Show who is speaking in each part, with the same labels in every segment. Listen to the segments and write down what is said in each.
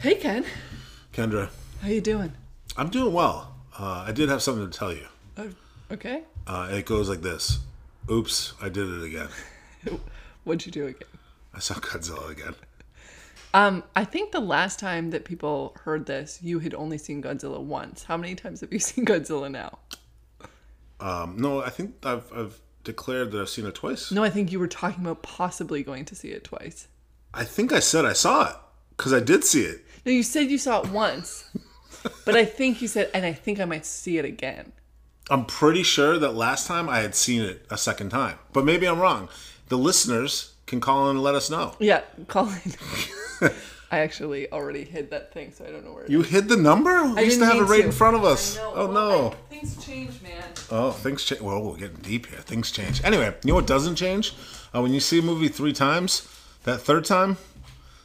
Speaker 1: Hey, Ken.
Speaker 2: Kendra,
Speaker 1: How you doing?
Speaker 2: I'm doing well. Uh, I did have something to tell you.
Speaker 1: Uh, okay.
Speaker 2: Uh, it goes like this Oops, I did it again.
Speaker 1: What'd you do again?
Speaker 2: I saw Godzilla again.
Speaker 1: Um, I think the last time that people heard this, you had only seen Godzilla once. How many times have you seen Godzilla now?
Speaker 2: Um, no, I think I've, I've declared that I've seen it twice.
Speaker 1: No, I think you were talking about possibly going to see it twice.
Speaker 2: I think I said I saw it because I did see it.
Speaker 1: No, you said you saw it once, but I think you said, and I think I might see it again.
Speaker 2: I'm pretty sure that last time I had seen it a second time, but maybe I'm wrong. The listeners can call in and let us know.
Speaker 1: Yeah, Colin. I actually already hid that thing, so I don't know where it
Speaker 2: You hid the number? We used
Speaker 1: didn't
Speaker 2: to have it
Speaker 1: mean
Speaker 2: right
Speaker 1: to.
Speaker 2: in front of us.
Speaker 1: is.
Speaker 2: Oh,
Speaker 1: well,
Speaker 2: no.
Speaker 1: I- things change, man.
Speaker 2: Oh, things change. Well, we're getting deep here. Things change. Anyway, you know what doesn't change? Uh, when you see a movie three times, that third time,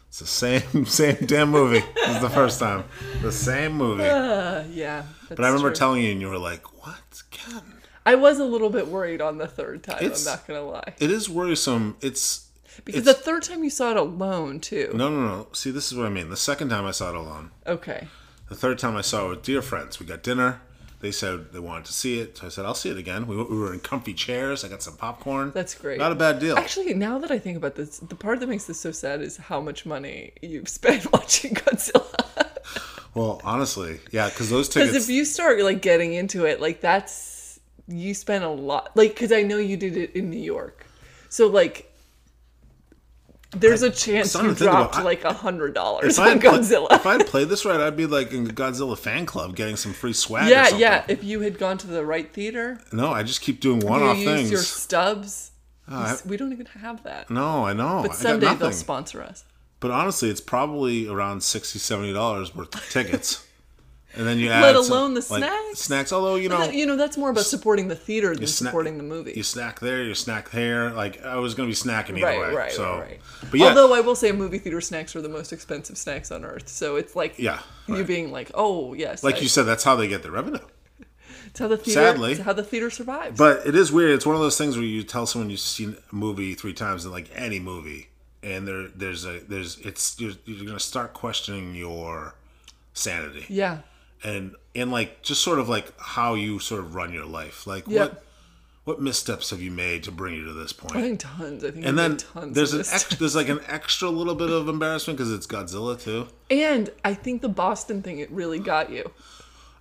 Speaker 2: it's the same same damn movie as the first time. The same movie. But
Speaker 1: Uh, yeah.
Speaker 2: I remember telling you, and you were like, "What, Ken?
Speaker 1: I was a little bit worried on the third time.
Speaker 2: It's-
Speaker 1: I'm not gonna lie,
Speaker 2: It is worrisome. It's
Speaker 1: because
Speaker 2: it's-
Speaker 1: the third time you saw it alone too.
Speaker 2: no, no, no. See, this is what I mean. The second time I saw it alone.
Speaker 1: Okay,
Speaker 2: The third time I saw it with dear friends, we got dinner. They said they wanted to see it, so I said, "I'll see it again." We, we were in comfy chairs. I got some popcorn.
Speaker 1: that's great.
Speaker 2: Not a bad deal.
Speaker 1: Actually, now that I think about this, the part that makes this so sad is how much money you've spent watching Godzilla.
Speaker 2: well, honestly, yeah, because those
Speaker 1: Because
Speaker 2: tickets.
Speaker 1: if you start like getting into it, like that's you spent a lot. Like, because I know you did it in New York, so like there's a chance
Speaker 2: something
Speaker 1: you
Speaker 2: to think about.
Speaker 1: dropped
Speaker 2: I-
Speaker 1: like a hundred dollars
Speaker 2: If I
Speaker 1: on
Speaker 2: had pla-
Speaker 1: Godzilla.
Speaker 2: if I had played this right, I'd be like in the Godzilla fan club getting some free swag. or
Speaker 1: yeah,
Speaker 2: something.
Speaker 1: yeah. If you had gone to the right theater,
Speaker 2: No, I just keep doing one-off
Speaker 1: you use
Speaker 2: things. Oh,
Speaker 1: your stubs.
Speaker 2: I-
Speaker 1: You s- we don't even have that.
Speaker 2: No, I know.
Speaker 1: But
Speaker 2: I
Speaker 1: someday
Speaker 2: got
Speaker 1: they'll
Speaker 2: nothing.
Speaker 1: sponsor us.
Speaker 2: but honestly, it's probably around 60 dollars worth of tickets, and then you add
Speaker 1: Let
Speaker 2: some,
Speaker 1: alone the
Speaker 2: like,
Speaker 1: snacks?
Speaker 2: Snacks, although you know.
Speaker 1: That- you know, that's more about supporting the theater than
Speaker 2: sna-
Speaker 1: supporting the movie.
Speaker 2: You snack there, you snack there. Like I was gonna be snacking either
Speaker 1: right,
Speaker 2: way.
Speaker 1: right,
Speaker 2: so,
Speaker 1: right, right.
Speaker 2: but yeah,
Speaker 1: Although I will say, movie theater snacks are the most expensive snacks on earth. So it's like
Speaker 2: Yeah,
Speaker 1: you
Speaker 2: right.
Speaker 1: being like, oh yes,
Speaker 2: like
Speaker 1: I-
Speaker 2: you said, that's how they get their revenue.
Speaker 1: it's how the theater,
Speaker 2: sadly.
Speaker 1: it's how the theater survives.
Speaker 2: But it is weird. It's one of those things where you tell someone you've seen a movie three times, and like any movie, and there there's a there's it's you're, you're gonna start questioning your sanity
Speaker 1: yeah,
Speaker 2: and and like just sort of like how you sort of run your life. Like
Speaker 1: Yeah.
Speaker 2: what what missteps have you made to bring you to this point?
Speaker 1: I think tons. I think
Speaker 2: and then
Speaker 1: tons.
Speaker 2: there's
Speaker 1: of
Speaker 2: an
Speaker 1: this.
Speaker 2: ex- there's like an extra little bit of embarrassment because it's Godzilla too.
Speaker 1: and I think the Boston thing it really got you.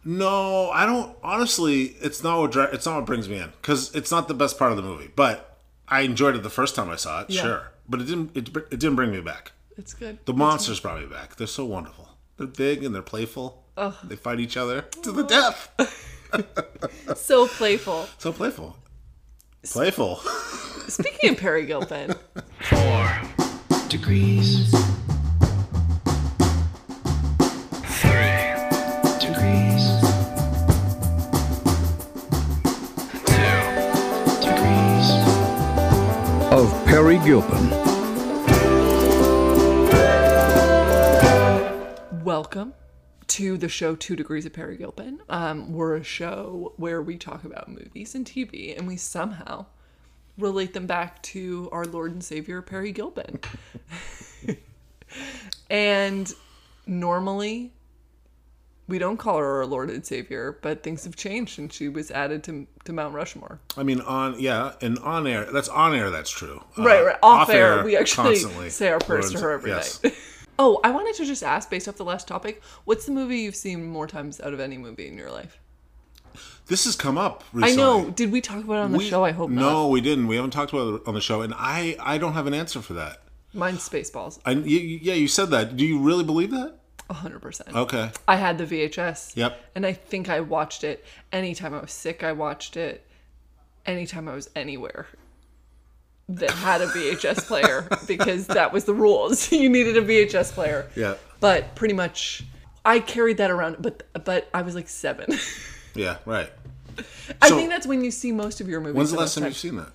Speaker 2: No, I don't. Honestly, it's not what dri- it's not what brings me in because it's not the best part of the movie. But I enjoyed it the first time I saw it,
Speaker 1: Yeah.
Speaker 2: sure. But it didn't. It, br- it didn't bring me back.
Speaker 1: It's good.
Speaker 2: The monsters brought me back. They're so wonderful. They're big and they're playful. They fight each other to the death.
Speaker 1: so playful.
Speaker 2: So playful. Playful.
Speaker 1: Speaking of Perry Gilpin.
Speaker 3: degrees. Three degrees. Two degrees.
Speaker 4: of Perry Gilpin.
Speaker 1: Welcome to the show Two Degrees of Perry Gilpin. Um, we're a show where we talk about movies and TV and we somehow relate them back to our Lord and Savior Perry Gilpin. and normally we don't call her our Lord and Savior, but things have changed since she was added to, to Mount Rushmore.
Speaker 2: I mean, on yeah, and on air. That's on air. That's true. Uh,
Speaker 1: Right, right. Off, air, we actually say our prayers to
Speaker 2: Lord's-
Speaker 1: her every
Speaker 2: yes.
Speaker 1: night. oh, I wanted to just ask, based off the last topic, what's the movie you've seen more times out of any movie in your life?
Speaker 2: This has come up recently.
Speaker 1: I know. Did we talk about it on the
Speaker 2: We-
Speaker 1: show? I hope not.
Speaker 2: No, we didn't. We haven't talked about it on the show, and I I don't have an answer for that.
Speaker 1: Mine's Spaceballs,
Speaker 2: I y- y- yeah, you said that. Do you really believe that?
Speaker 1: 100%.
Speaker 2: Okay.
Speaker 1: I had the VHS.
Speaker 2: Yep.
Speaker 1: And I think I watched it anytime I was sick, I watched it. Anytime I was anywhere that had a VHS player because that was the rules. you needed a VHS player.
Speaker 2: Yeah.
Speaker 1: But pretty much I carried that around but but I was like 7.
Speaker 2: Yeah. Right.
Speaker 1: I
Speaker 2: So-
Speaker 1: think that's when you see most of your movies.
Speaker 2: When's the
Speaker 1: for
Speaker 2: last
Speaker 1: the
Speaker 2: time
Speaker 1: most
Speaker 2: you've seen that?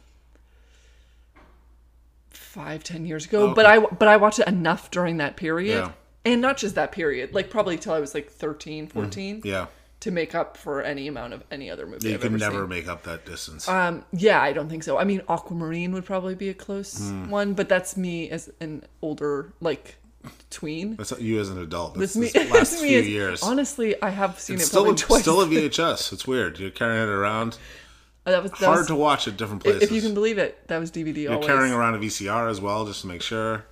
Speaker 1: five ten years ago but i but i watched it enough during that period
Speaker 2: Oh, Yeah.
Speaker 1: and not just that period like probably till i was like 13 14
Speaker 2: Yeah.
Speaker 1: to make up for any amount of any other movie
Speaker 2: You
Speaker 1: I've
Speaker 2: can
Speaker 1: ever
Speaker 2: never
Speaker 1: seen.
Speaker 2: make up that distance.
Speaker 1: um yeah i don't think so i mean
Speaker 2: Hmm.
Speaker 1: aquamarine would probably be a close one but that's me as an older like tween.
Speaker 2: That's not you as an adult. That's
Speaker 1: This
Speaker 2: this
Speaker 1: me,
Speaker 2: last
Speaker 1: this me
Speaker 2: few
Speaker 1: is-
Speaker 2: years.
Speaker 1: Honestly, I have seen
Speaker 2: it's
Speaker 1: it
Speaker 2: still
Speaker 1: probably
Speaker 2: a,
Speaker 1: twice.
Speaker 2: still a VHS. It's weird. You're carrying it around.
Speaker 1: that was, that
Speaker 2: Hard
Speaker 1: was-
Speaker 2: to watch at different places.
Speaker 1: If you can believe it, that was DVD
Speaker 2: You're
Speaker 1: always.
Speaker 2: carrying around a VCR as well, just to make sure.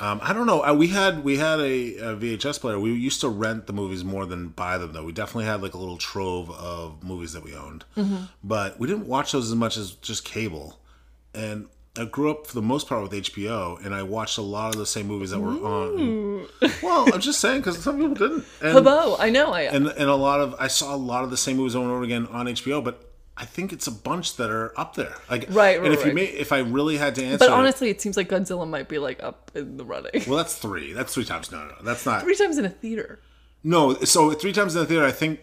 Speaker 2: Um, I don't know. I, we had we had a, a VHS player. We used to rent the movies more than buy them, though. We definitely had like a little trove of movies that we owned, but we didn't watch those as much as just cable. And I grew up for the most part with HBO, and I watched a lot of the same movies that were on. Well, I'm just saying because some people didn't. And,
Speaker 1: Hello, I know. I
Speaker 2: and and a lot of I saw a lot of the same movies over and over again on HBO, but I think it's a bunch that are up there. Like
Speaker 1: Right,
Speaker 2: and
Speaker 1: right,
Speaker 2: if you
Speaker 1: right.
Speaker 2: may, if I really had to answer,
Speaker 1: but
Speaker 2: it-
Speaker 1: honestly, it seems like Godzilla might be like up in the running.
Speaker 2: well, that's three. That's three times. No, no, no, that's not.
Speaker 1: Three times in a theater.
Speaker 2: No, so three times in the theater, I think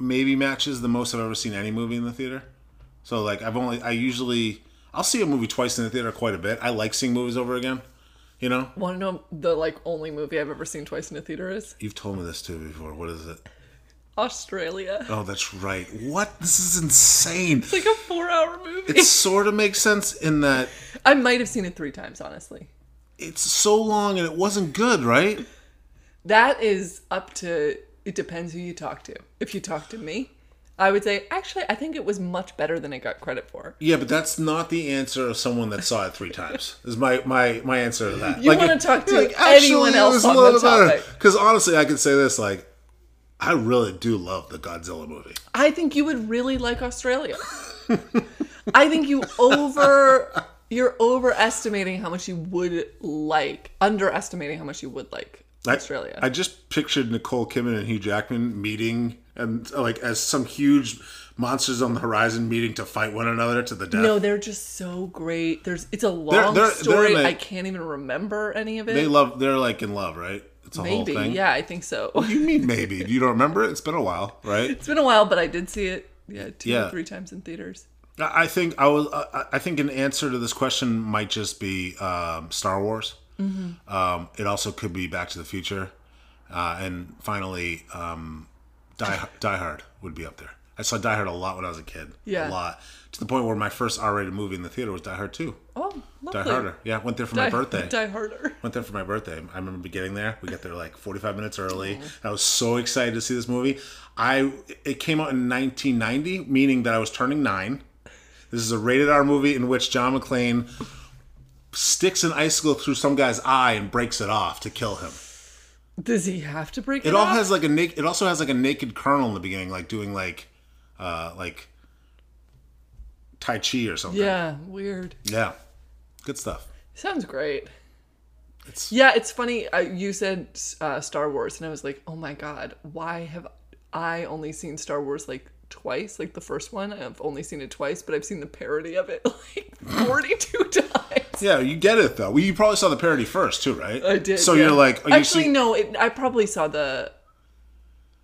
Speaker 2: maybe matches the most I've ever seen any movie in the theater. So like I've only I usually I'll see a movie twice in the theater quite a bit. I like seeing movies over again. You know,
Speaker 1: Want to know the like only movie I've ever seen twice in a theater is
Speaker 2: you've told me this too before. What is it?
Speaker 1: Australia.
Speaker 2: Oh, that's right. What? This is insane.
Speaker 1: It's like a four-hour movie.
Speaker 2: It sort of makes sense in that
Speaker 1: I might have seen it three times, honestly.
Speaker 2: it's so long and it wasn't good, right?
Speaker 1: That is up to it depends who you talk to. If you talk to me, I would say actually I think it was much better than it got credit for.
Speaker 2: Yeah, but that's not the answer of someone that saw it three times. Is my my my answer to that.
Speaker 1: You wanna talk to anyone else on the topic.
Speaker 2: Because honestly, I could say this: like, I really do love the Godzilla movie.
Speaker 1: I think you would really like Australia. I think you over you're overestimating how much you would like, underestimating how much you would like
Speaker 2: I-
Speaker 1: Australia.
Speaker 2: I just pictured Nicole Kidman and Hugh Jackman meeting, and uh, like as some huge monsters on the horizon meeting to fight one another to the death.
Speaker 1: no, they're just so great. There's it's a long
Speaker 2: they're- they're
Speaker 1: story.
Speaker 2: in a-
Speaker 1: I can't even remember any of it.
Speaker 2: they love. They're like in love, right? It's a whole
Speaker 1: Maybe,
Speaker 2: thing.
Speaker 1: yeah, I think so.
Speaker 2: You mean maybe? You don't remember it? It's been a while, right?
Speaker 1: It's been a while, but I did see it. Yeah, two
Speaker 2: Yeah.
Speaker 1: or three times in theaters.
Speaker 2: I I think I was. I I think an answer to this question might just be um, Star Wars.
Speaker 1: Mm-hmm.
Speaker 2: Um, it also could be Back to the Future, uh, and finally, um, Die Die Hard would be up there. I saw Die Hard a lot when I was a kid.
Speaker 1: Yeah.
Speaker 2: a lot to the point where my first R-rated movie in the theater was Die Hard Two.
Speaker 1: Oh, lovely.
Speaker 2: Die Harder. Yeah, went there for my
Speaker 1: Die-
Speaker 2: birthday.
Speaker 1: Die harder.
Speaker 2: Went there for my birthday. I remember getting there. We got there like 45 minutes early. I was so excited to see this movie. I it came out in 1990, meaning that I was turning nine. This is a rated R movie in which John McClane sticks an icicle through some guy's eye and breaks it off to kill him.
Speaker 1: Does he have to break it,
Speaker 2: It all
Speaker 1: off?
Speaker 2: has like a naked. It also has like a naked colonel in the beginning, like doing like, uh, like tai chi or something.
Speaker 1: Yeah, weird.
Speaker 2: yeah, good stuff.
Speaker 1: Sounds great.
Speaker 2: It's
Speaker 1: Yeah, it's funny. Uh, you said uh, Star Wars, and I was like, oh my god, why have I only seen Star Wars like twice? Like the first one, I've only seen it twice, but I've seen the parody of it like 42 times.
Speaker 2: Yeah, you get it though. Well, you probably saw the parody first too, right?
Speaker 1: I did.
Speaker 2: So
Speaker 1: yeah.
Speaker 2: you're like, are you
Speaker 1: actually,
Speaker 2: seeing-
Speaker 1: no. It, I probably saw the.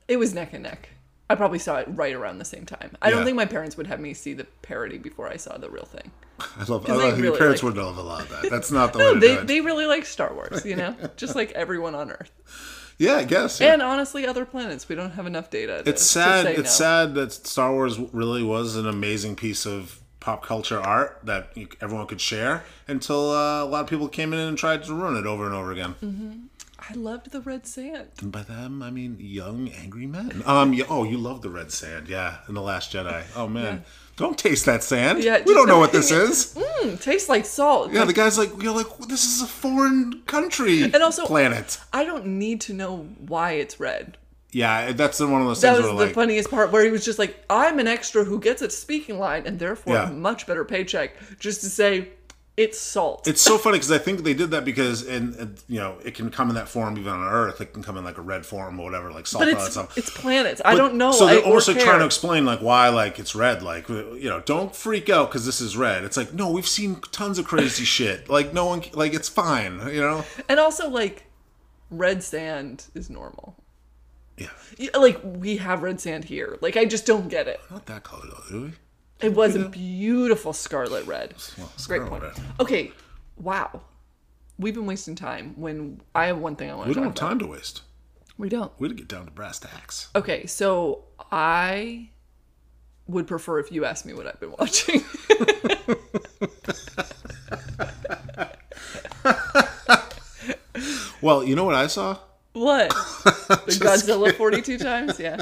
Speaker 1: It was neck and neck. I probably saw it right around the same time. I
Speaker 2: Yeah.
Speaker 1: don't think my parents would have me see the parody before I saw the real thing.
Speaker 2: I love. I
Speaker 1: they
Speaker 2: love your
Speaker 1: really
Speaker 2: parents
Speaker 1: like-
Speaker 2: wouldn't have allowed that. That's not the way
Speaker 1: No,
Speaker 2: to
Speaker 1: they
Speaker 2: do it.
Speaker 1: they really like Star Wars, you know, just like everyone on Earth,
Speaker 2: yeah, I guess. yeah.
Speaker 1: and honestly, other planets. We don't have enough data. To,
Speaker 2: it's sad.
Speaker 1: To say
Speaker 2: It's
Speaker 1: no.
Speaker 2: sad that Star Wars really was an amazing piece of pop culture art that you, everyone could share until uh, a lot of people came in and tried to ruin it over and over again.
Speaker 1: Mm-hmm. I loved the red sand.
Speaker 2: And by them, I mean young, angry men. Um. yeah, oh, you love the red sand, yeah? In the Last Jedi. Oh man, don't taste that sand.
Speaker 1: Yeah,
Speaker 2: we
Speaker 1: just-
Speaker 2: don't know what this is.
Speaker 1: Mm, tastes like salt.
Speaker 2: Yeah, the guy's like, you're like, this is a foreign country
Speaker 1: And also-
Speaker 2: planet.
Speaker 1: I don't need to know why it's red.
Speaker 2: Yeah, that's one of those
Speaker 1: That
Speaker 2: things
Speaker 1: was
Speaker 2: where
Speaker 1: the
Speaker 2: like,
Speaker 1: funniest part where he was just like, I'm an extra who gets a speaking line and therefore
Speaker 2: Yeah.
Speaker 1: a much better paycheck just to say it's salt.
Speaker 2: it's so funny because I think they did that because, and, and, you know, it can come in that form even on Earth. It can come in like a red form or whatever, like salt
Speaker 1: but
Speaker 2: and all that
Speaker 1: it's
Speaker 2: stuff.
Speaker 1: it's planets. I don't know.
Speaker 2: So
Speaker 1: I,
Speaker 2: they're
Speaker 1: or
Speaker 2: also
Speaker 1: care.
Speaker 2: trying to explain like why like it's red. Like uh, you know, don't freak out because this is red. It's like no, we've seen tons of crazy shit. Like no one, like it's fine. You know.
Speaker 1: and also like red sand is normal.
Speaker 2: Yeah,
Speaker 1: Yeah, Like we have red sand here. Like I just don't get it.
Speaker 2: not that color though, do we?
Speaker 1: It was a beautiful scarlet red.
Speaker 2: it's
Speaker 1: Great
Speaker 2: scarlet
Speaker 1: point.
Speaker 2: red.
Speaker 1: Okay, wow. We've been wasting time when I have one thing I want
Speaker 2: We
Speaker 1: to
Speaker 2: don't
Speaker 1: talk
Speaker 2: have
Speaker 1: about.
Speaker 2: time to waste.
Speaker 1: We don't.
Speaker 2: We had to get down to brass tacks.
Speaker 1: Okay, so I would prefer if you asked me what I've been watching.
Speaker 2: Well, you know what I saw?
Speaker 1: What? The Godzilla 42 times? Yeah.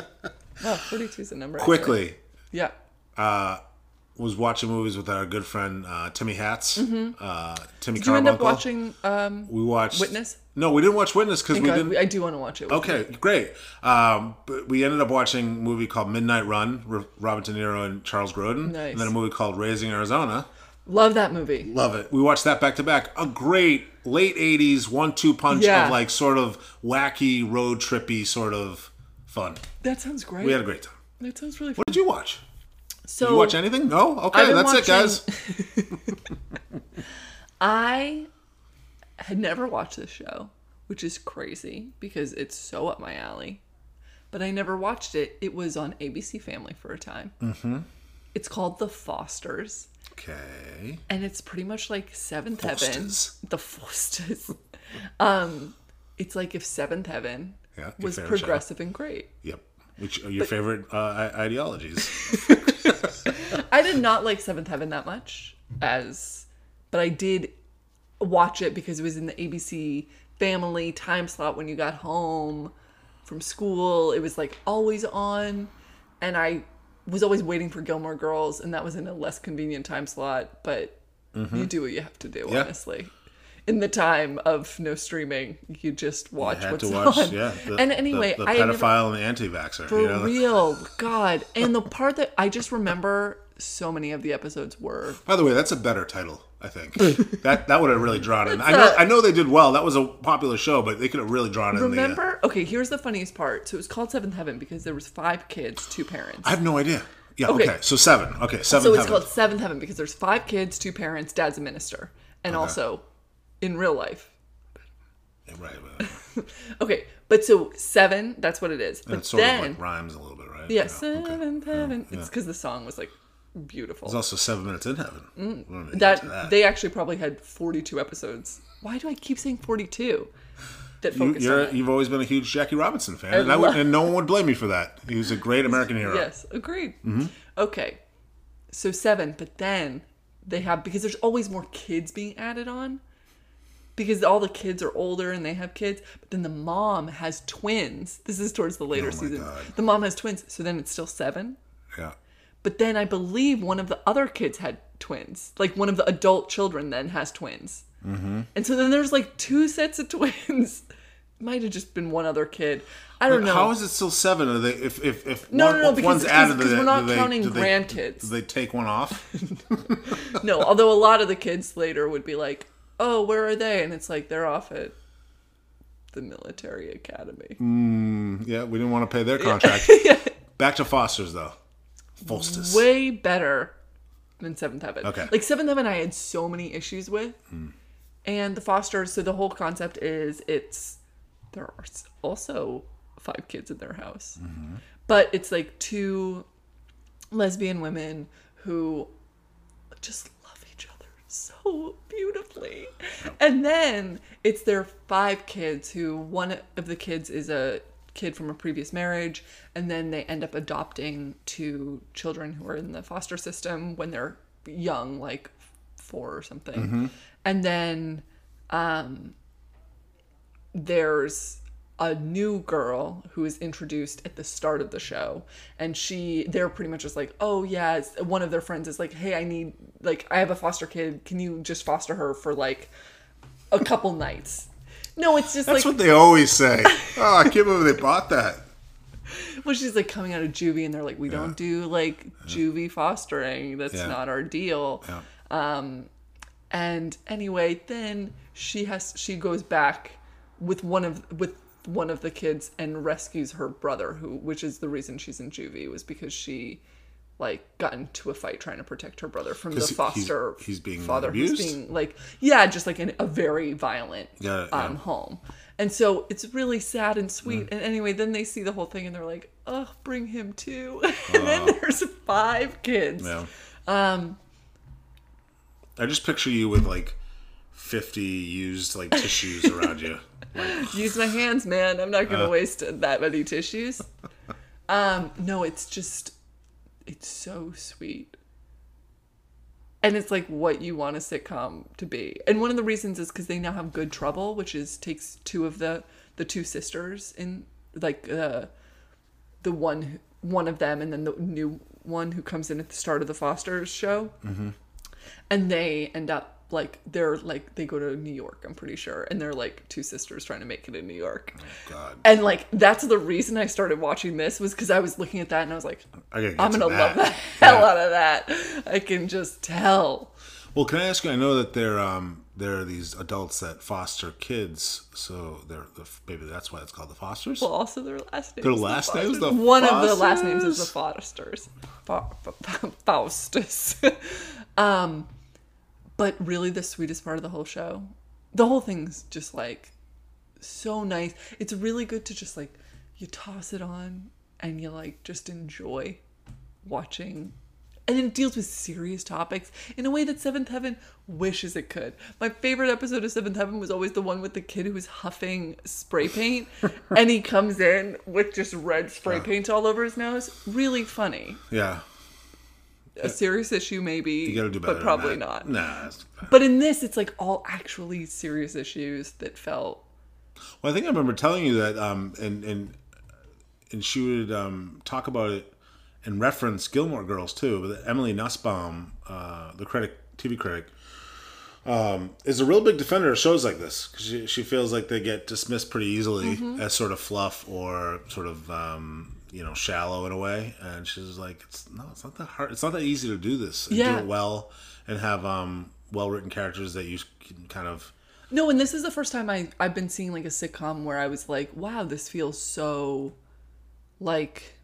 Speaker 1: Wow, 42 is a number. actually.
Speaker 2: Quickly,
Speaker 1: Yeah.
Speaker 2: was watching movies with our good friend uh, Timmy Hats. Uh, Timmy
Speaker 1: Mm-hmm. Did you end up
Speaker 2: Carbuncle.
Speaker 1: watching? Um,
Speaker 2: We watched
Speaker 1: Witness?
Speaker 2: No, we didn't watch Witness because we
Speaker 1: God,
Speaker 2: didn't.
Speaker 1: I do want to watch it.
Speaker 2: Okay, great. Um, but we ended up watching a movie called Midnight Run, R- Robert De Niro and Charles Grodin,
Speaker 1: Nice.
Speaker 2: and then a movie called Raising Arizona.
Speaker 1: Love that movie.
Speaker 2: Love it. We watched that back to back. A great late '80s one-two punch
Speaker 1: Yeah.
Speaker 2: of like sort of wacky road trippy sort of fun.
Speaker 1: That sounds great.
Speaker 2: We had a great time.
Speaker 1: that sounds really fun.
Speaker 2: What did you watch?
Speaker 1: So
Speaker 2: Did you watch anything? No.
Speaker 1: I've
Speaker 2: Okay,
Speaker 1: been
Speaker 2: that's it, guys.
Speaker 1: I had never watched this show, which is crazy because it's so up my alley. But I never watched it. It was on ABC Family for a time. Mm-hmm. It's called The Fosters,
Speaker 2: Okay.
Speaker 1: and it's pretty much like Seventh
Speaker 2: Fosters.
Speaker 1: Heaven. The Fosters. um, it's like if Seventh Heaven
Speaker 2: Yeah, your
Speaker 1: was
Speaker 2: favorite show.
Speaker 1: progressive and great.
Speaker 2: Yep. Which are your favorite uh, i- ideologies?
Speaker 1: I did not like Seventh Heaven that much as, but I did watch it because it was in the ABC family time slot when you got home from school. It was like always on, and I was always waiting for Gilmore Girls, and that was in a less convenient time slot. But you do what you have to do,
Speaker 2: Mm-hmm. Yeah.
Speaker 1: honestly. In the time of no streaming, you just watch
Speaker 2: I had
Speaker 1: what's
Speaker 2: to watch,
Speaker 1: on.
Speaker 2: yeah. the-
Speaker 1: and anyway,
Speaker 2: the, the
Speaker 1: I had never
Speaker 2: pedophile and the anti-vaxxer.
Speaker 1: for
Speaker 2: you know?
Speaker 1: real, God. And the part that I just remember so many of the episodes were
Speaker 2: By the way, that's a better title, I think. that that would have really drawn in. I know, I know they did well. That was a popular show, but they could have really drawn in. The, uh,
Speaker 1: Remember? Okay, here's the funniest part. So it was called Seventh Heaven because there was five kids, two parents.
Speaker 2: I have no idea. Yeah. Okay.
Speaker 1: Okay.
Speaker 2: so seven. Okay. Seven.
Speaker 1: so it's
Speaker 2: heaven.
Speaker 1: called Seventh Heaven because there's five kids, two parents, dad's a minister, and also in real life.
Speaker 2: Yeah, right. right, right.
Speaker 1: Okay, but so seven, that's what it is. But
Speaker 2: And it sort
Speaker 1: then,
Speaker 2: of like rhymes a little bit, right?
Speaker 1: yeah,
Speaker 2: okay.
Speaker 1: Seventh Heaven. It's because the song was like beautiful.
Speaker 2: There's also seven minutes in heaven. We don't need to get
Speaker 1: Mm. that,
Speaker 2: to
Speaker 1: they actually probably had 42 episodes. Why do I keep saying 42? That
Speaker 2: You,
Speaker 1: focused on
Speaker 2: you're,
Speaker 1: that?
Speaker 2: you've always been a huge Jackie Robinson fan, and, I would,
Speaker 1: love-
Speaker 2: and no one would blame you for that. He was a great American hero.
Speaker 1: Yes, agreed.
Speaker 2: Mm-hmm.
Speaker 1: Okay, so seven, but then they have because there's always more kids being added on because all the kids are older and they have kids. But then the mom has twins. This is towards the later
Speaker 2: Oh my
Speaker 1: seasons.
Speaker 2: God.
Speaker 1: The mom has twins, so then it's still seven.
Speaker 2: Yeah.
Speaker 1: But then I believe one of the other kids had twins. Like one of the adult children then has twins.
Speaker 2: Mm-hmm.
Speaker 1: And so then there's like two sets of twins. Might have just been one other kid. I don't know.
Speaker 2: How is it still seven? Are they if if if
Speaker 1: No, no, no,
Speaker 2: if
Speaker 1: because-
Speaker 2: one's added?
Speaker 1: because
Speaker 2: do
Speaker 1: we're
Speaker 2: they-
Speaker 1: not
Speaker 2: do they-
Speaker 1: counting
Speaker 2: do they-
Speaker 1: grandkids.
Speaker 2: Do they take one off?
Speaker 1: No, although a lot of the kids later would be like, "Oh, where are they?" And it's like they're off at the military academy.
Speaker 2: Yeah, we didn't want to pay their contract. Back to Foster's though. Foster's.
Speaker 1: Way better than Seventh Heaven.
Speaker 2: Okay.
Speaker 1: Like Seventh Heaven, I had so many issues with, and the Fosters. So the whole concept is it's there are s- also five kids in their house, but it's like two lesbian women who just love each other so beautifully. And then it's their five kids who one of the kids is a kid from a previous marriage and then they end up adopting two children who are in the foster system when they're young like 4 or something. And then there's a new girl who is introduced at the start of the show and she they're pretty much just like oh yeah it's- one of their friends is like hey i need like i have a foster kid can you just foster her for like a couple nights no it's just
Speaker 2: That's
Speaker 1: like
Speaker 2: what they always say. Oh, I can't believe they bought that.
Speaker 1: well she's like coming out of juvie and they're like we don't do like juvie fostering that's
Speaker 2: Yeah.
Speaker 1: not our deal Um,
Speaker 2: Yeah.
Speaker 1: and anyway then she has she goes back with one of with one of the kids and rescues her brother who which is the reason she's in juvie was because she like got into a fight trying to protect her brother from the
Speaker 2: 'Cause he- he's-
Speaker 1: foster
Speaker 2: he's being
Speaker 1: father
Speaker 2: abused?
Speaker 1: who's being like yeah just like in a very violent
Speaker 2: Yeah, yeah.
Speaker 1: um home and so it's really sad and sweet and anyway then they see the whole thing and they're like oh bring him too and then there's five kids
Speaker 2: Yeah. Um I just picture you with like fifty used like tissues around you.
Speaker 1: use my hands, man. I'm not gonna waste that many tissues. Um, no, it's just, it's so sweet. and it's like what you want a sitcom to be. And one of the reasons is because they now have Good Trouble, which is takes two of the the two sisters in like uh, the one who- one of them, and then the new one who comes in at the start of the Foster's show,
Speaker 2: Mm-hmm.
Speaker 1: and they end up like they're like they go to New York, I'm pretty sure, and they're like two sisters trying to make it in New York.
Speaker 2: Oh, God.
Speaker 1: And like that's the reason I started watching this was because I was looking at that and I was like,
Speaker 2: I gotta get
Speaker 1: I'm
Speaker 2: to
Speaker 1: gonna love
Speaker 2: that.
Speaker 1: the hell
Speaker 2: Yeah.
Speaker 1: out of that. I can just tell.
Speaker 2: Well, can I ask you? I know that there um there are these adults that foster kids, so they're the, maybe that's why it's called the fosters.
Speaker 1: Well, also their last name.
Speaker 2: Their
Speaker 1: is the
Speaker 2: last name is
Speaker 1: Fosters.
Speaker 2: the
Speaker 1: one of the last names is the
Speaker 2: Fosters?
Speaker 1: Fosters. Fa- fa- fa- Faustus. um, but really, the sweetest part of the whole show, the whole thing's just like so nice. It's really good to just like you toss it on and you like just enjoy watching. And it deals with serious topics in a way that Seventh Heaven wishes it could. My favorite episode of Seventh Heaven was always the one with the kid who was huffing spray paint and he comes in with just red spray paint all over his nose. Really funny.
Speaker 2: yeah,
Speaker 1: A serious issue, maybe.
Speaker 2: you gotta do
Speaker 1: But
Speaker 2: better. than
Speaker 1: probably
Speaker 2: that.
Speaker 1: not.
Speaker 2: Nah. That's bad.
Speaker 1: But in this, it's like all actually serious issues that felt
Speaker 2: Well, I think I remember telling you that, um, and and and she would um talk about it and reference Gilmore Girls too. But Emily Nussbaum, uh, the critic, TV critic, um, is a real big defender of shows like this 'cause she, she feels like they get dismissed pretty easily
Speaker 1: Mm-hmm.
Speaker 2: as sort of fluff or sort of um, you know shallow in a way and she's like it's no it's not that hard it's not that easy to do this and
Speaker 1: Yeah.
Speaker 2: do it well and have um, well written characters that you can kind of
Speaker 1: No, and this is the first time I I've been seeing like a sitcom where I was like, wow, this feels so like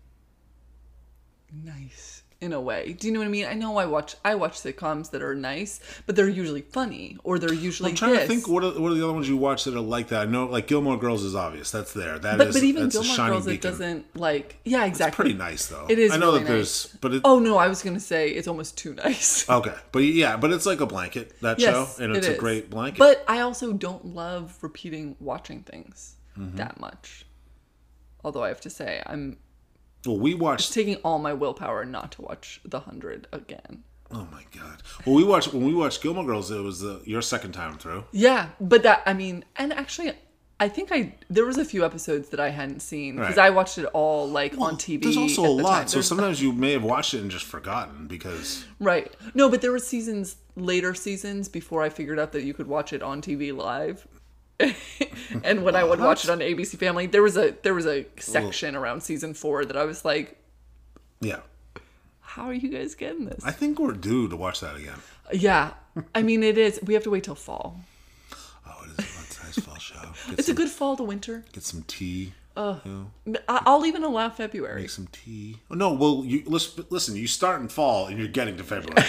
Speaker 1: nice in a way. Do you know what I mean? I know I watch I watch sitcoms that are nice, but they're usually funny or they're usually
Speaker 2: I'm trying
Speaker 1: this.
Speaker 2: to think what are, what are the other ones you watch that are like that I know like Gilmore Girls is obvious that's there That is
Speaker 1: but but even
Speaker 2: that's a
Speaker 1: Gilmore
Speaker 2: shining
Speaker 1: Girls it
Speaker 2: beacon.
Speaker 1: doesn't like yeah, exactly.
Speaker 2: pretty nice though
Speaker 1: It is
Speaker 2: I know
Speaker 1: really
Speaker 2: that there's but it,
Speaker 1: Oh no, I was going to say it's almost too nice.
Speaker 2: okay but yeah but it's like a blanket that show Uh, and
Speaker 1: it
Speaker 2: it's a
Speaker 1: is.
Speaker 2: great blanket
Speaker 1: But I also don't love repeating watching things
Speaker 2: Mm-hmm.
Speaker 1: that much. Although I have to say, I'm
Speaker 2: well we watched
Speaker 1: It's taking all my willpower not to watch The Hundred again.
Speaker 2: Oh my god! Well, we watched when we watched Gilmore Girls. It was the, your second time through.
Speaker 1: Yeah, but that I mean, and actually, I think I there was a few episodes that I hadn't seen because
Speaker 2: Right.
Speaker 1: I watched it all like on TV.
Speaker 2: There's also
Speaker 1: at
Speaker 2: a
Speaker 1: the
Speaker 2: lot,
Speaker 1: time.
Speaker 2: so
Speaker 1: There's-
Speaker 2: sometimes you may have watched it and just forgotten because
Speaker 1: right? No, but there were seasons later seasons before I figured out that you could watch it on TV live. and when I would watch it on ABC Family, there was a there was a section around season four that I was like,
Speaker 2: yeah,
Speaker 1: "How are you guys getting this?"
Speaker 2: I think we're due to watch that again.
Speaker 1: yeah, I mean it is. We have to wait till fall.
Speaker 2: Oh, it is a nice- nice fall show. Get,
Speaker 1: It's a
Speaker 2: some,
Speaker 1: good fall to winter.
Speaker 2: get some tea. you know,
Speaker 1: I- I'll even allow February.
Speaker 2: make some tea. Oh, no, well, you listen, listen. You start in fall and you're getting to February.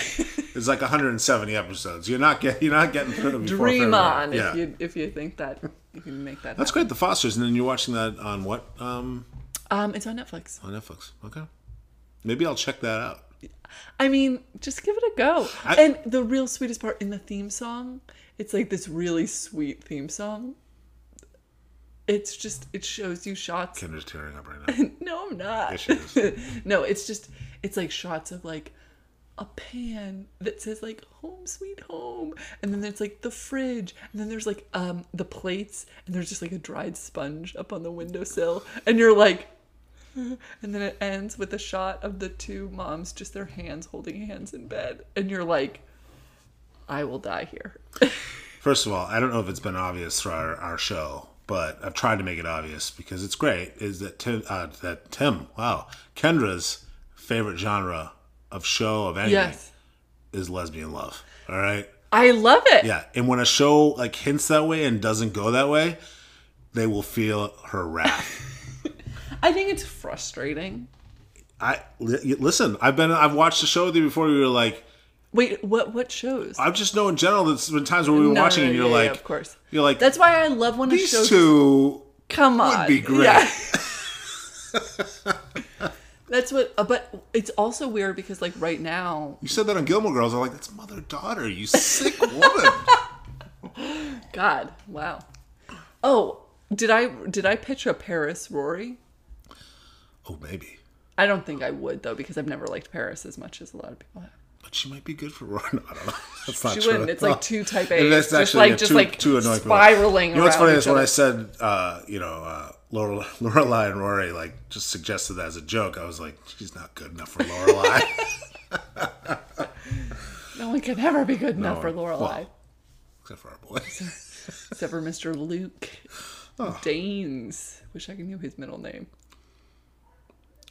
Speaker 2: it's like 170 episodes. You're not get, you're not getting through them before
Speaker 1: Dream
Speaker 2: February.
Speaker 1: on
Speaker 2: Yeah.
Speaker 1: if you if you think that you can make that.
Speaker 2: That's great. The Fosters, and then you're watching that on what um,
Speaker 1: happen. Um, it's on Netflix.
Speaker 2: on Netflix. Okay, maybe I'll check that out.
Speaker 1: I mean, just give it a go.
Speaker 2: I-
Speaker 1: and the real sweetest part in the theme song, it's like this really sweet theme song. It's just it shows you shots.
Speaker 2: Kendra's tearing up right now.
Speaker 1: no, I'm not.
Speaker 2: Yes, she is.
Speaker 1: no, it's just it's like shots of like a pan that says like home sweet home and then there's like the fridge and then there's like um the plates and there's just like a dried sponge up on the windowsill and you're like and then it ends with a shot of the two moms just their hands holding hands in bed and you're like I will die here.
Speaker 2: First of all, I don't know if it's been obvious through our, our show, but I've tried to make it obvious because it's great. Is that Tim? Uh, that Tim? Wow, Kendra's favorite genre of show of anything
Speaker 1: Yes.
Speaker 2: is lesbian love. All right,
Speaker 1: I love it.
Speaker 2: yeah. And when a show like hints that way and doesn't go that way, they will feel her wrath.
Speaker 1: I think it's frustrating.
Speaker 2: I li- listen. I've been. I've watched a show with you before. We were like,
Speaker 1: Wait, what what shows?
Speaker 2: I just know in general. There's been times where we were
Speaker 1: No,
Speaker 2: watching
Speaker 1: no,
Speaker 2: and you're
Speaker 1: yeah, yeah,
Speaker 2: like,
Speaker 1: of course.
Speaker 2: you're like
Speaker 1: That's why I love when a show
Speaker 2: these two.
Speaker 1: Come on.
Speaker 2: be great.
Speaker 1: That's what, uh, but it's also weird because, like, right now,
Speaker 2: You said that on Gilmore Girls. I'm like, that's mother daughter. You sick woman.
Speaker 1: God, wow. Oh, did I did I pitch a Paris Rory?
Speaker 2: Oh, maybe.
Speaker 1: I don't think I would though because I've never liked Paris as much as a lot of people have.
Speaker 2: but she might be good for Ron. I don't know. That's not
Speaker 1: She
Speaker 2: true.
Speaker 1: wouldn't. It's like two type
Speaker 2: And
Speaker 1: A's,
Speaker 2: that's
Speaker 1: just like-
Speaker 2: actually, yeah,
Speaker 1: just
Speaker 2: two-
Speaker 1: like
Speaker 2: two annoying people.
Speaker 1: spiraling
Speaker 2: You know what's
Speaker 1: around
Speaker 2: funny
Speaker 1: each
Speaker 2: is when
Speaker 1: other.
Speaker 2: I said, uh, you know, uh, Laurel, Lorelai and Rory like just suggested that as a joke. I was like, she's not good enough for Lorelai.
Speaker 1: No one can ever be good enough for Lorelai.
Speaker 2: well. Except for our boy.
Speaker 1: except for Mr. Luke
Speaker 2: Oh.
Speaker 1: Danes. Wish I knew his middle name.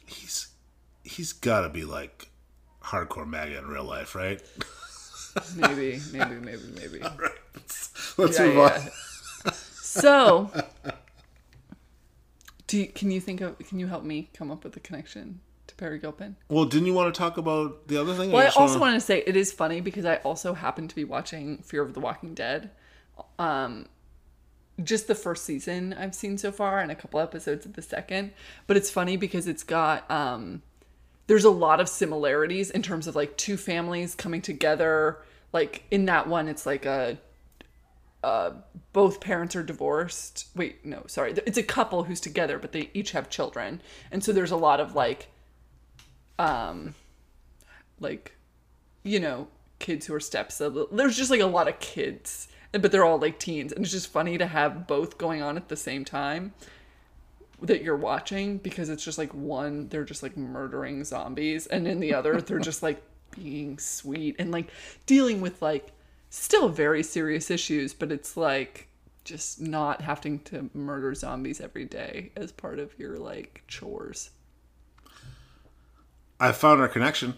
Speaker 2: He's he's gotta be like hardcore MAGA in real life, right?
Speaker 1: Maybe, maybe, maybe, maybe.
Speaker 2: Let's
Speaker 1: Yeah,
Speaker 2: move
Speaker 1: yeah.
Speaker 2: on.
Speaker 1: So, do you, can you think of? Can you help me come up with a connection to Perry Gilpin?
Speaker 2: Well, didn't you want to talk about the other thing? or
Speaker 1: Well, I
Speaker 2: you just
Speaker 1: also
Speaker 2: wanna-
Speaker 1: want to say it is funny because I also happen to be watching Fear of the Walking Dead. Um, just the first season I've seen so far, and a couple episodes of the second. But it's funny because it's got um, there's a lot of similarities in terms of like two families coming together. Like in that one, it's like a uh, both parents are divorced. Wait, no, sorry. It's a couple who's together, but they each have children. And so there's a lot of like um like you know, kids who are step siblings. There's just like a lot of kids, but they're all like teens. And it's just funny to have both going on at the same time that you're watching because it's just like one they're just like murdering zombies and in the other they're just like being sweet and like dealing with like still very serious issues but it's like just not having to murder zombies every day as part of your like chores
Speaker 2: I found our connection.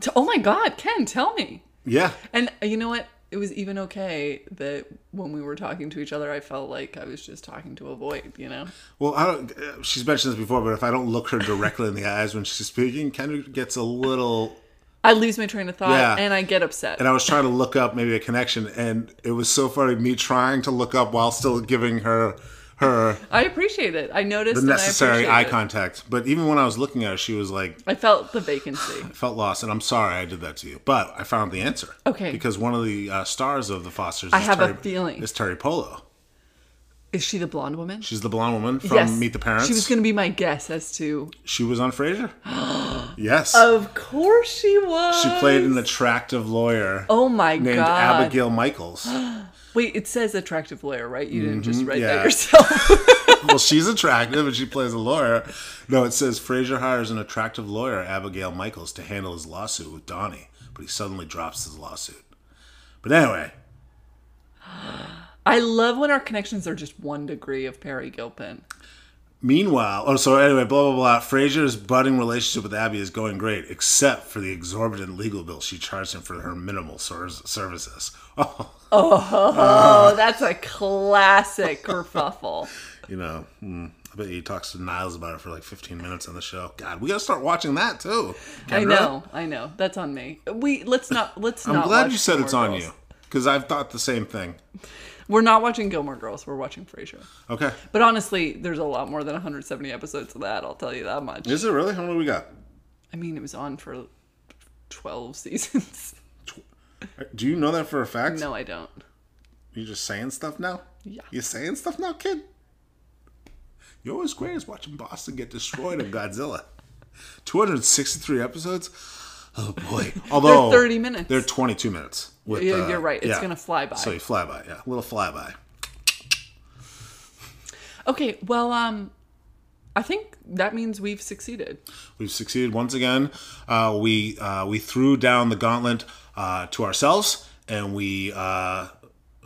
Speaker 1: T- oh my god ken tell me
Speaker 2: Yeah.
Speaker 1: and you know what it was even okay that when we were talking to each other i felt like i was just talking to a void you know
Speaker 2: Well, I don't. uh, She's mentioned this before, but if I don't look her directly in the eyes when she's speaking, Kendra gets a little.
Speaker 1: i lose my train of thought
Speaker 2: Yeah.
Speaker 1: and i get upset
Speaker 2: And I was trying to look up maybe a connection, and it was so funny me trying to look up while still giving her her
Speaker 1: I appreciate it. I noticed
Speaker 2: the
Speaker 1: and I
Speaker 2: necessary
Speaker 1: appreciate
Speaker 2: eye
Speaker 1: it.
Speaker 2: contact. But even when I was looking at her, she was like,
Speaker 1: I felt the vacancy.
Speaker 2: felt lost, and I'm sorry I did that to you. But I found the answer.
Speaker 1: Okay.
Speaker 2: Because one of the uh, stars of the Fosters.
Speaker 1: I
Speaker 2: is
Speaker 1: have a
Speaker 2: Terry,
Speaker 1: feeling.
Speaker 2: Is Terry Polo.
Speaker 1: Is she the blonde woman?
Speaker 2: She's the blonde woman from Meet the Parents.
Speaker 1: She was going to be my guess as to.
Speaker 2: She was on Frasier. yes.
Speaker 1: Of course she was.
Speaker 2: she played an attractive lawyer
Speaker 1: Oh my
Speaker 2: named
Speaker 1: god!
Speaker 2: Abigail Michaels.
Speaker 1: Wait, it says attractive lawyer, right? You didn't just write
Speaker 2: Mm-hmm. yeah.
Speaker 1: that yourself.
Speaker 2: well, she's attractive and she plays a lawyer. No, it says Frasier hires an attractive lawyer, Abigail Michaels, to handle his lawsuit with Donnie, but he suddenly drops his lawsuit. But anyway,
Speaker 1: I love when our connections are just one degree of Perry Gilpin.
Speaker 2: Meanwhile, oh, so anyway, blah blah blah. Frazier's budding relationship with Abby is going great, except for the exorbitant legal bill she charged him for her minimal ser- services. Oh,
Speaker 1: Oh, that's a classic kerfuffle.
Speaker 2: you know, mm, I bet he talks to Niles about it for like 15 minutes on the show. God, we gotta start watching that too.
Speaker 1: I
Speaker 2: Kendra.
Speaker 1: know, I know. That's on me. We let's not let's
Speaker 2: I'm
Speaker 1: not.
Speaker 2: glad
Speaker 1: watch
Speaker 2: you said it's
Speaker 1: Gilmore
Speaker 2: on
Speaker 1: Girls.
Speaker 2: you because I've thought the same thing.
Speaker 1: We're not watching Gilmore Girls. We're watching Frasier.
Speaker 2: Okay,
Speaker 1: But honestly, there's a lot more than 170 episodes of that. I'll tell you that much.
Speaker 2: is it really? How many we got?
Speaker 1: I mean, it was on for 12 seasons.
Speaker 2: Do you know that for a fact?
Speaker 1: no, I don't.
Speaker 2: You just saying stuff now?
Speaker 1: Yeah.
Speaker 2: You saying stuff now, kid? You're always great as watching Boston get destroyed in Godzilla. 263 episodes? Oh boy. Although
Speaker 1: 30 minutes.
Speaker 2: They're 22 minutes. with,
Speaker 1: Yeah,
Speaker 2: uh,
Speaker 1: you're right. It's
Speaker 2: yeah.
Speaker 1: gonna fly by.
Speaker 2: So you fly by, yeah. little flyby.
Speaker 1: Okay, well, um, I think that means we've succeeded.
Speaker 2: We've succeeded once again. Uh, we uh, we threw down the gauntlet uh, to ourselves and we uh,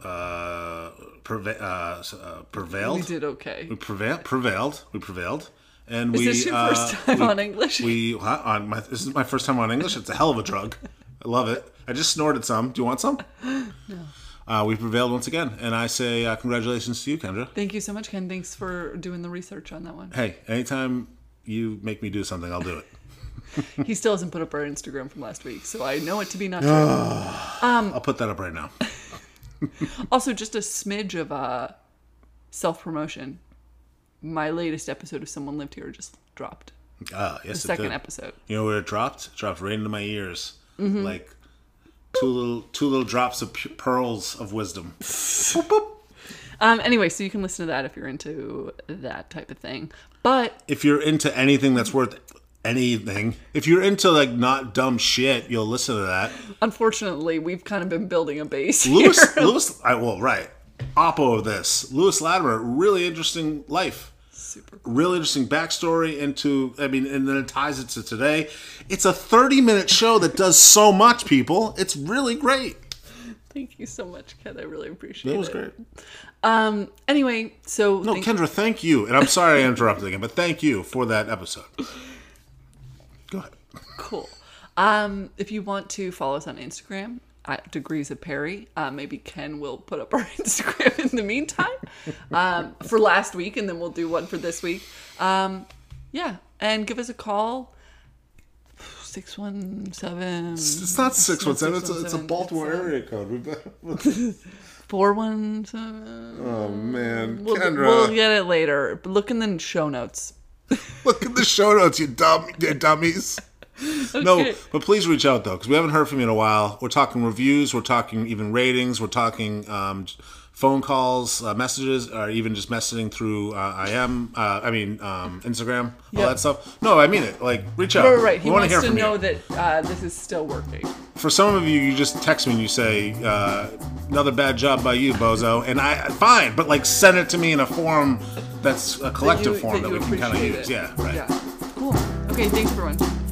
Speaker 2: uh, preva- uh, s- uh, prevailed.
Speaker 1: We did okay.
Speaker 2: We prevailed. Prevailed. We prevailed. And we.
Speaker 1: this your
Speaker 2: uh,
Speaker 1: first time
Speaker 2: we-
Speaker 1: on English?
Speaker 2: We huh? on my. This is my first time on English. It's a hell of a drug. I love it. I just snorted some. Do you want some? No. Uh, we prevailed once again, and I say uh, congratulations to you, Kendra.
Speaker 1: Thank you so much, Ken. Thanks for doing the research on that one.
Speaker 2: Hey, anytime you make me do something, I'll do it.
Speaker 1: He still hasn't put up our Instagram from last week, so I know it to be not true.
Speaker 2: I'll put that up right now.
Speaker 1: Also, just a smidge of uh, self promotion. My latest episode of Someone Lived Here just dropped.
Speaker 2: Uh, yes, it
Speaker 1: Second
Speaker 2: did.
Speaker 1: episode. Mm-hmm.
Speaker 2: You know where it dropped? It dropped right into my ears, like two little two little drops of pu- pearls of wisdom.
Speaker 1: Um, anyway, so you can listen to that if you're into that type of thing. But
Speaker 2: if you're into anything that's worth anything. If you're into like not dumb shit, you'll listen to that.
Speaker 1: Unfortunately, we've kind of been building a base
Speaker 2: Lewis,
Speaker 1: here.
Speaker 2: Lewis, I well, right. Oppo of this, Lewis Latimer, really interesting life,
Speaker 1: Super cool.
Speaker 2: really interesting backstory into. I mean, and then it ties it to today. It's a 30 minute show that does so much. People, it's really great.
Speaker 1: Thank you so much, Ken. I really appreciate it.
Speaker 2: It was great.
Speaker 1: Um. Anyway, so
Speaker 2: No,
Speaker 1: thank-
Speaker 2: Kendra, thank you, and I'm sorry I interrupted again, but thank you for that episode. Go ahead.
Speaker 1: cool. Um, if you want to follow us on Instagram at Degrees of Perry, uh, maybe Ken will put up our Instagram in the meantime um, for last week, and then we'll do one for this week. Um, yeah, and give us a call. 617
Speaker 2: It's not six one seven. It's a, it's a
Speaker 1: 617,
Speaker 2: Baltimore
Speaker 1: it's, um,
Speaker 2: area code. oh, We better-
Speaker 1: 417
Speaker 2: oh man,
Speaker 1: Mm, we'll,
Speaker 2: Kendra,
Speaker 1: we'll get it later look in the show notes
Speaker 2: look at the show notes, you dumb, you dummies. No,
Speaker 1: Okay.
Speaker 2: but please reach out though, because we haven't heard from you in a while. We're talking reviews, we're talking even ratings, we're talking um, j- phone calls, uh, messages, or even just messaging through uh, IM. Uh, I mean um, Instagram, all
Speaker 1: Yeah.
Speaker 2: that stuff. No, I mean it. Like reach out.
Speaker 1: all right he
Speaker 2: We wanna
Speaker 1: wants
Speaker 2: hear
Speaker 1: to
Speaker 2: from you.
Speaker 1: know that uh, this is still working
Speaker 2: for some of you, you just text me and you say, uh, another bad job by you, bozo. And I, fine, but like send it to me in a form that's a collective
Speaker 1: you-
Speaker 2: form that,
Speaker 1: you
Speaker 2: we can kind of
Speaker 1: appreciate
Speaker 2: use.
Speaker 1: it.
Speaker 2: Yeah, right.
Speaker 1: Yeah. Cool. Okay, thanks everyone.